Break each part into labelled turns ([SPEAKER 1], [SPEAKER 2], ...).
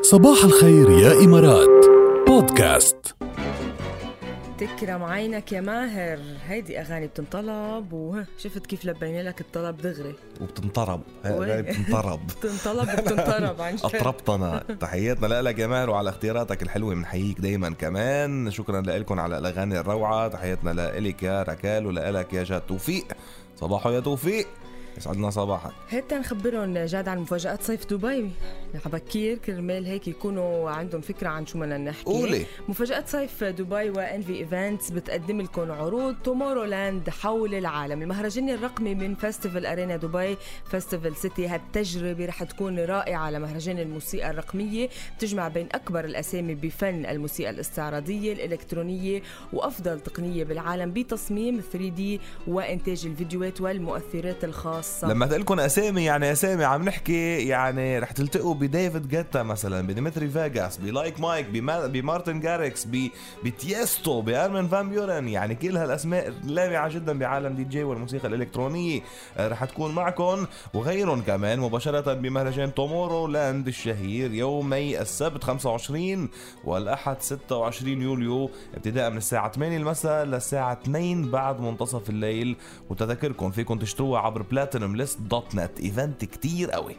[SPEAKER 1] صباح الخير يا إمارات بودكاست
[SPEAKER 2] تكرم عينك يا ماهر هيدي اغاني بتنطلب وشفت كيف لبينا لك الطلب دغري
[SPEAKER 3] وبتنطرب
[SPEAKER 2] وين؟
[SPEAKER 3] هاي بتنطرب
[SPEAKER 2] بتنطلب وبتنطرب عن جد
[SPEAKER 3] اطربتنا تحياتنا لك يا ماهر وعلى اختياراتك الحلوه بنحييك دائما كمان شكرا لكم على الاغاني الروعه تحياتنا لك يا ركال ولك يا جاد توفيق صباحو يا توفيق يسعدنا صباحك
[SPEAKER 2] هات نخبرهم جاد عن مفاجآت صيف دبي بكير كرمال هيك يكونوا عندهم فكرة عن شو بدنا نحكي
[SPEAKER 3] قولي.
[SPEAKER 2] مفاجآت صيف دبي وان في ايفنتس بتقدم لكم عروض تومورو لاند حول العالم المهرجان الرقمي من فيستيفال ارينا دبي فيستيفال سيتي هالتجربة رح تكون رائعة لمهرجان الموسيقى الرقمية بتجمع بين اكبر الاسامي بفن الموسيقى الاستعراضية الالكترونية وافضل تقنية بالعالم بتصميم 3D وانتاج الفيديوهات والمؤثرات الخاصة
[SPEAKER 3] لما تقلكم اسامي يعني اسامي عم نحكي يعني رح تلتقوا بديفيد جاتا مثلا بديمتري فيجاس بلايك مايك بما- بمارتن جاركس ب- بتيستو بارمن فان بيورن يعني كل هالاسماء لامعه جدا بعالم دي جي والموسيقى الالكترونيه آه، رح تكون معكم وغيرهم كمان مباشره بمهرجان تومورو لاند الشهير يومي السبت 25 والاحد 26 يوليو ابتداء من الساعه 8 المساء للساعه 2 بعد منتصف الليل وتذاكركم فيكم تشتروها عبر بلاتينوم ليست دوت نت ايفنت كتير قوي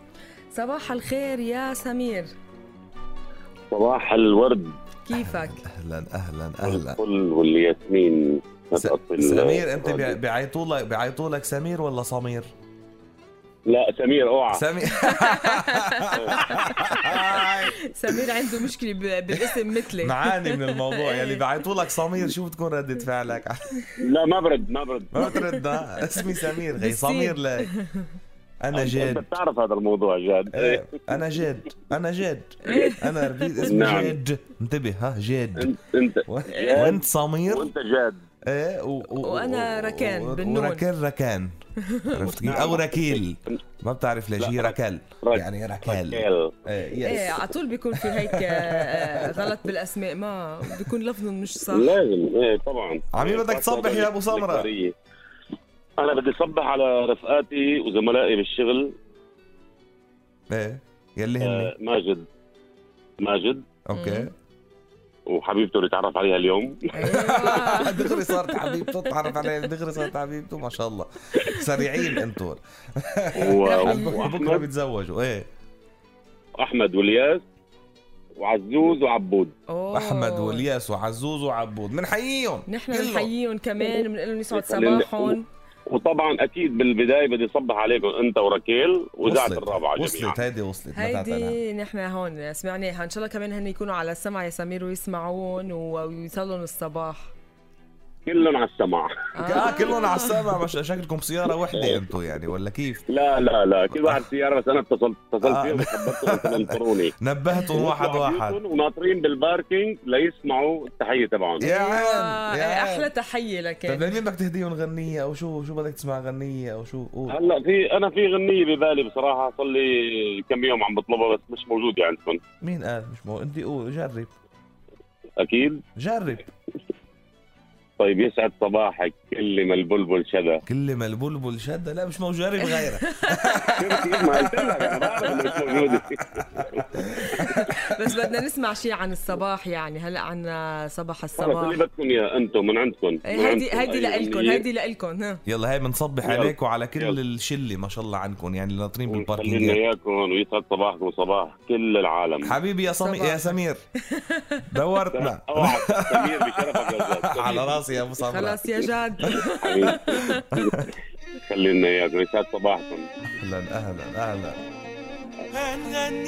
[SPEAKER 2] صباح الخير يا سمير
[SPEAKER 4] صباح الورد
[SPEAKER 2] كيفك؟
[SPEAKER 3] اهلا اهلا اهلا
[SPEAKER 4] والفل والياسمين ما
[SPEAKER 3] س-
[SPEAKER 4] تقطل-
[SPEAKER 3] سمير انت بيع- بيعيطوا لك بيعيطوا لك سمير ولا سمير؟
[SPEAKER 4] لا سمير اوعى
[SPEAKER 3] سمير
[SPEAKER 2] سمير عنده مشكلة ب- بالاسم مثلي إيه.
[SPEAKER 3] معاني من الموضوع يلي بيعيطوا لك سمير شو بتكون ردة فعلك؟
[SPEAKER 4] لا ما برد ما برد
[SPEAKER 3] ما بترد ها؟ اسمي سمير غي
[SPEAKER 2] بالسين.
[SPEAKER 3] سمير لك انا
[SPEAKER 4] انت
[SPEAKER 3] جاد
[SPEAKER 4] بتعرف هذا الموضوع جاد
[SPEAKER 3] إيه، انا جاد انا جاد انا ربيت اسمي
[SPEAKER 4] نعم.
[SPEAKER 3] جاد انتبه ها جاد
[SPEAKER 4] انت انت
[SPEAKER 3] و- وانت سمير
[SPEAKER 4] وانت جاد
[SPEAKER 3] ايه و... و...
[SPEAKER 2] وأنا ركان
[SPEAKER 3] و-
[SPEAKER 2] بالنون.
[SPEAKER 3] وركان ركان عرفت كيف؟ او ركيل ما بتعرف ليش هي ركال
[SPEAKER 4] رك-
[SPEAKER 3] يعني ركال
[SPEAKER 4] ركال.
[SPEAKER 3] ايه
[SPEAKER 2] ايه
[SPEAKER 3] يس
[SPEAKER 2] على طول بيكون في هيك آه، غلط بالاسماء ما بيكون لفظهم مش صح
[SPEAKER 4] لازم ايه طبعا
[SPEAKER 3] عمي بدك تصبح يا أبو سمرة.
[SPEAKER 4] الإخبارية. انا بدي اصبح على رفقاتي وزملائي بالشغل
[SPEAKER 3] ايه يلي هن
[SPEAKER 4] آه، ماجد ماجد
[SPEAKER 3] اوكي
[SPEAKER 4] وحبيبته اللي تعرف عليها اليوم
[SPEAKER 2] ايوه
[SPEAKER 3] دغري صارت حبيبته تعرف عليه دغري صارت حبيبته ما شاء الله سريعين انتم
[SPEAKER 4] و-
[SPEAKER 3] بكره
[SPEAKER 4] واحمد
[SPEAKER 3] بيتزوجوا ايه
[SPEAKER 4] واحمد والياس وعزوز وعبود
[SPEAKER 2] أوه.
[SPEAKER 3] احمد والياس وعزوز وعبود بنحييهم
[SPEAKER 2] نحن
[SPEAKER 3] كله.
[SPEAKER 2] بنحييهم كمان بنقول لهم يسعد
[SPEAKER 4] يسلم لك.
[SPEAKER 2] صباحهم
[SPEAKER 4] وطبعا اكيد بالبدايه بدي اصبح عليكم انت وركيل وزعه
[SPEAKER 3] وصلت.
[SPEAKER 4] الرابعه جميعا
[SPEAKER 3] وصلت هيدي وصلت ما تعتنها.
[SPEAKER 2] هيدي نحن هون سمعناها ان شاء الله كمان هن يكونوا على السمع يا سمير ويسمعون و- ويوصلهم الصباح
[SPEAKER 4] كلهم على السماع
[SPEAKER 2] آه.
[SPEAKER 3] اه كلهم على السمع مش شكلكم سياره وحده انتم يعني ولا كيف؟
[SPEAKER 4] لا لا لا كل واحد سياره بس انا اتصلت اتصلت
[SPEAKER 3] آه.
[SPEAKER 4] فيهم وخبرتهم انت انطروني
[SPEAKER 3] نبهتهم واحد واحد
[SPEAKER 4] بيوتهم وناطرين بالباركينج ليسمعوا التحيه تبعهم
[SPEAKER 3] يا
[SPEAKER 2] أيوة،
[SPEAKER 3] عم يا
[SPEAKER 2] إيه،
[SPEAKER 3] عم.
[SPEAKER 2] احلى تحيه
[SPEAKER 3] طيب
[SPEAKER 2] لك
[SPEAKER 3] لمين بدك تهديهم غنيه او شو شو بدك تسمع غنيه او شو قول
[SPEAKER 4] هلا في انا في غنيه ببالي بصراحه صار لي كم يوم عم بطلبها بس مش موجوده عندكم
[SPEAKER 3] مين قال مش مو انت قول جرب
[SPEAKER 4] اكيد
[SPEAKER 3] جرب
[SPEAKER 4] طيب يسعد صباحك كل ما البلبل شذا
[SPEAKER 3] كل ما البلبل شد لا مش موجود جرب غيرها
[SPEAKER 4] شفت كيف ما قلت لك انا بعرف انه مش موجوده
[SPEAKER 2] بس بدنا نسمع شيء عن الصباح يعني هلا عنا صباح
[SPEAKER 4] خلص اللي يعني.
[SPEAKER 2] الصباح
[SPEAKER 4] بدكم اياه انتم من عندكم من
[SPEAKER 2] إيه، هيدي هيدي
[SPEAKER 4] عندكم أيوة، أي
[SPEAKER 2] لإلكم
[SPEAKER 4] غنية.
[SPEAKER 2] هيدي لإلكم ها
[SPEAKER 3] يلا هاي بنصبح
[SPEAKER 4] يلا.
[SPEAKER 3] عليك وعلى كل
[SPEAKER 4] يلا.
[SPEAKER 3] الشله ما شاء الله عنكم يعني اللي ناطرين
[SPEAKER 4] وخلينا
[SPEAKER 3] بالباركينج
[SPEAKER 4] اياكم ويسعد صباحكم وصباح كل العالم
[SPEAKER 3] حبيبي يا سمير يا
[SPEAKER 2] صباحك.
[SPEAKER 3] سمير دورتنا
[SPEAKER 4] اوعى سمير بشرفك يا جاد
[SPEAKER 3] على راسي يا ابو سمره
[SPEAKER 2] خلاص يا جاد
[SPEAKER 4] حبيبي. خلينا اياكم يسعد صباحكم
[SPEAKER 3] اهلا اهلا اهلا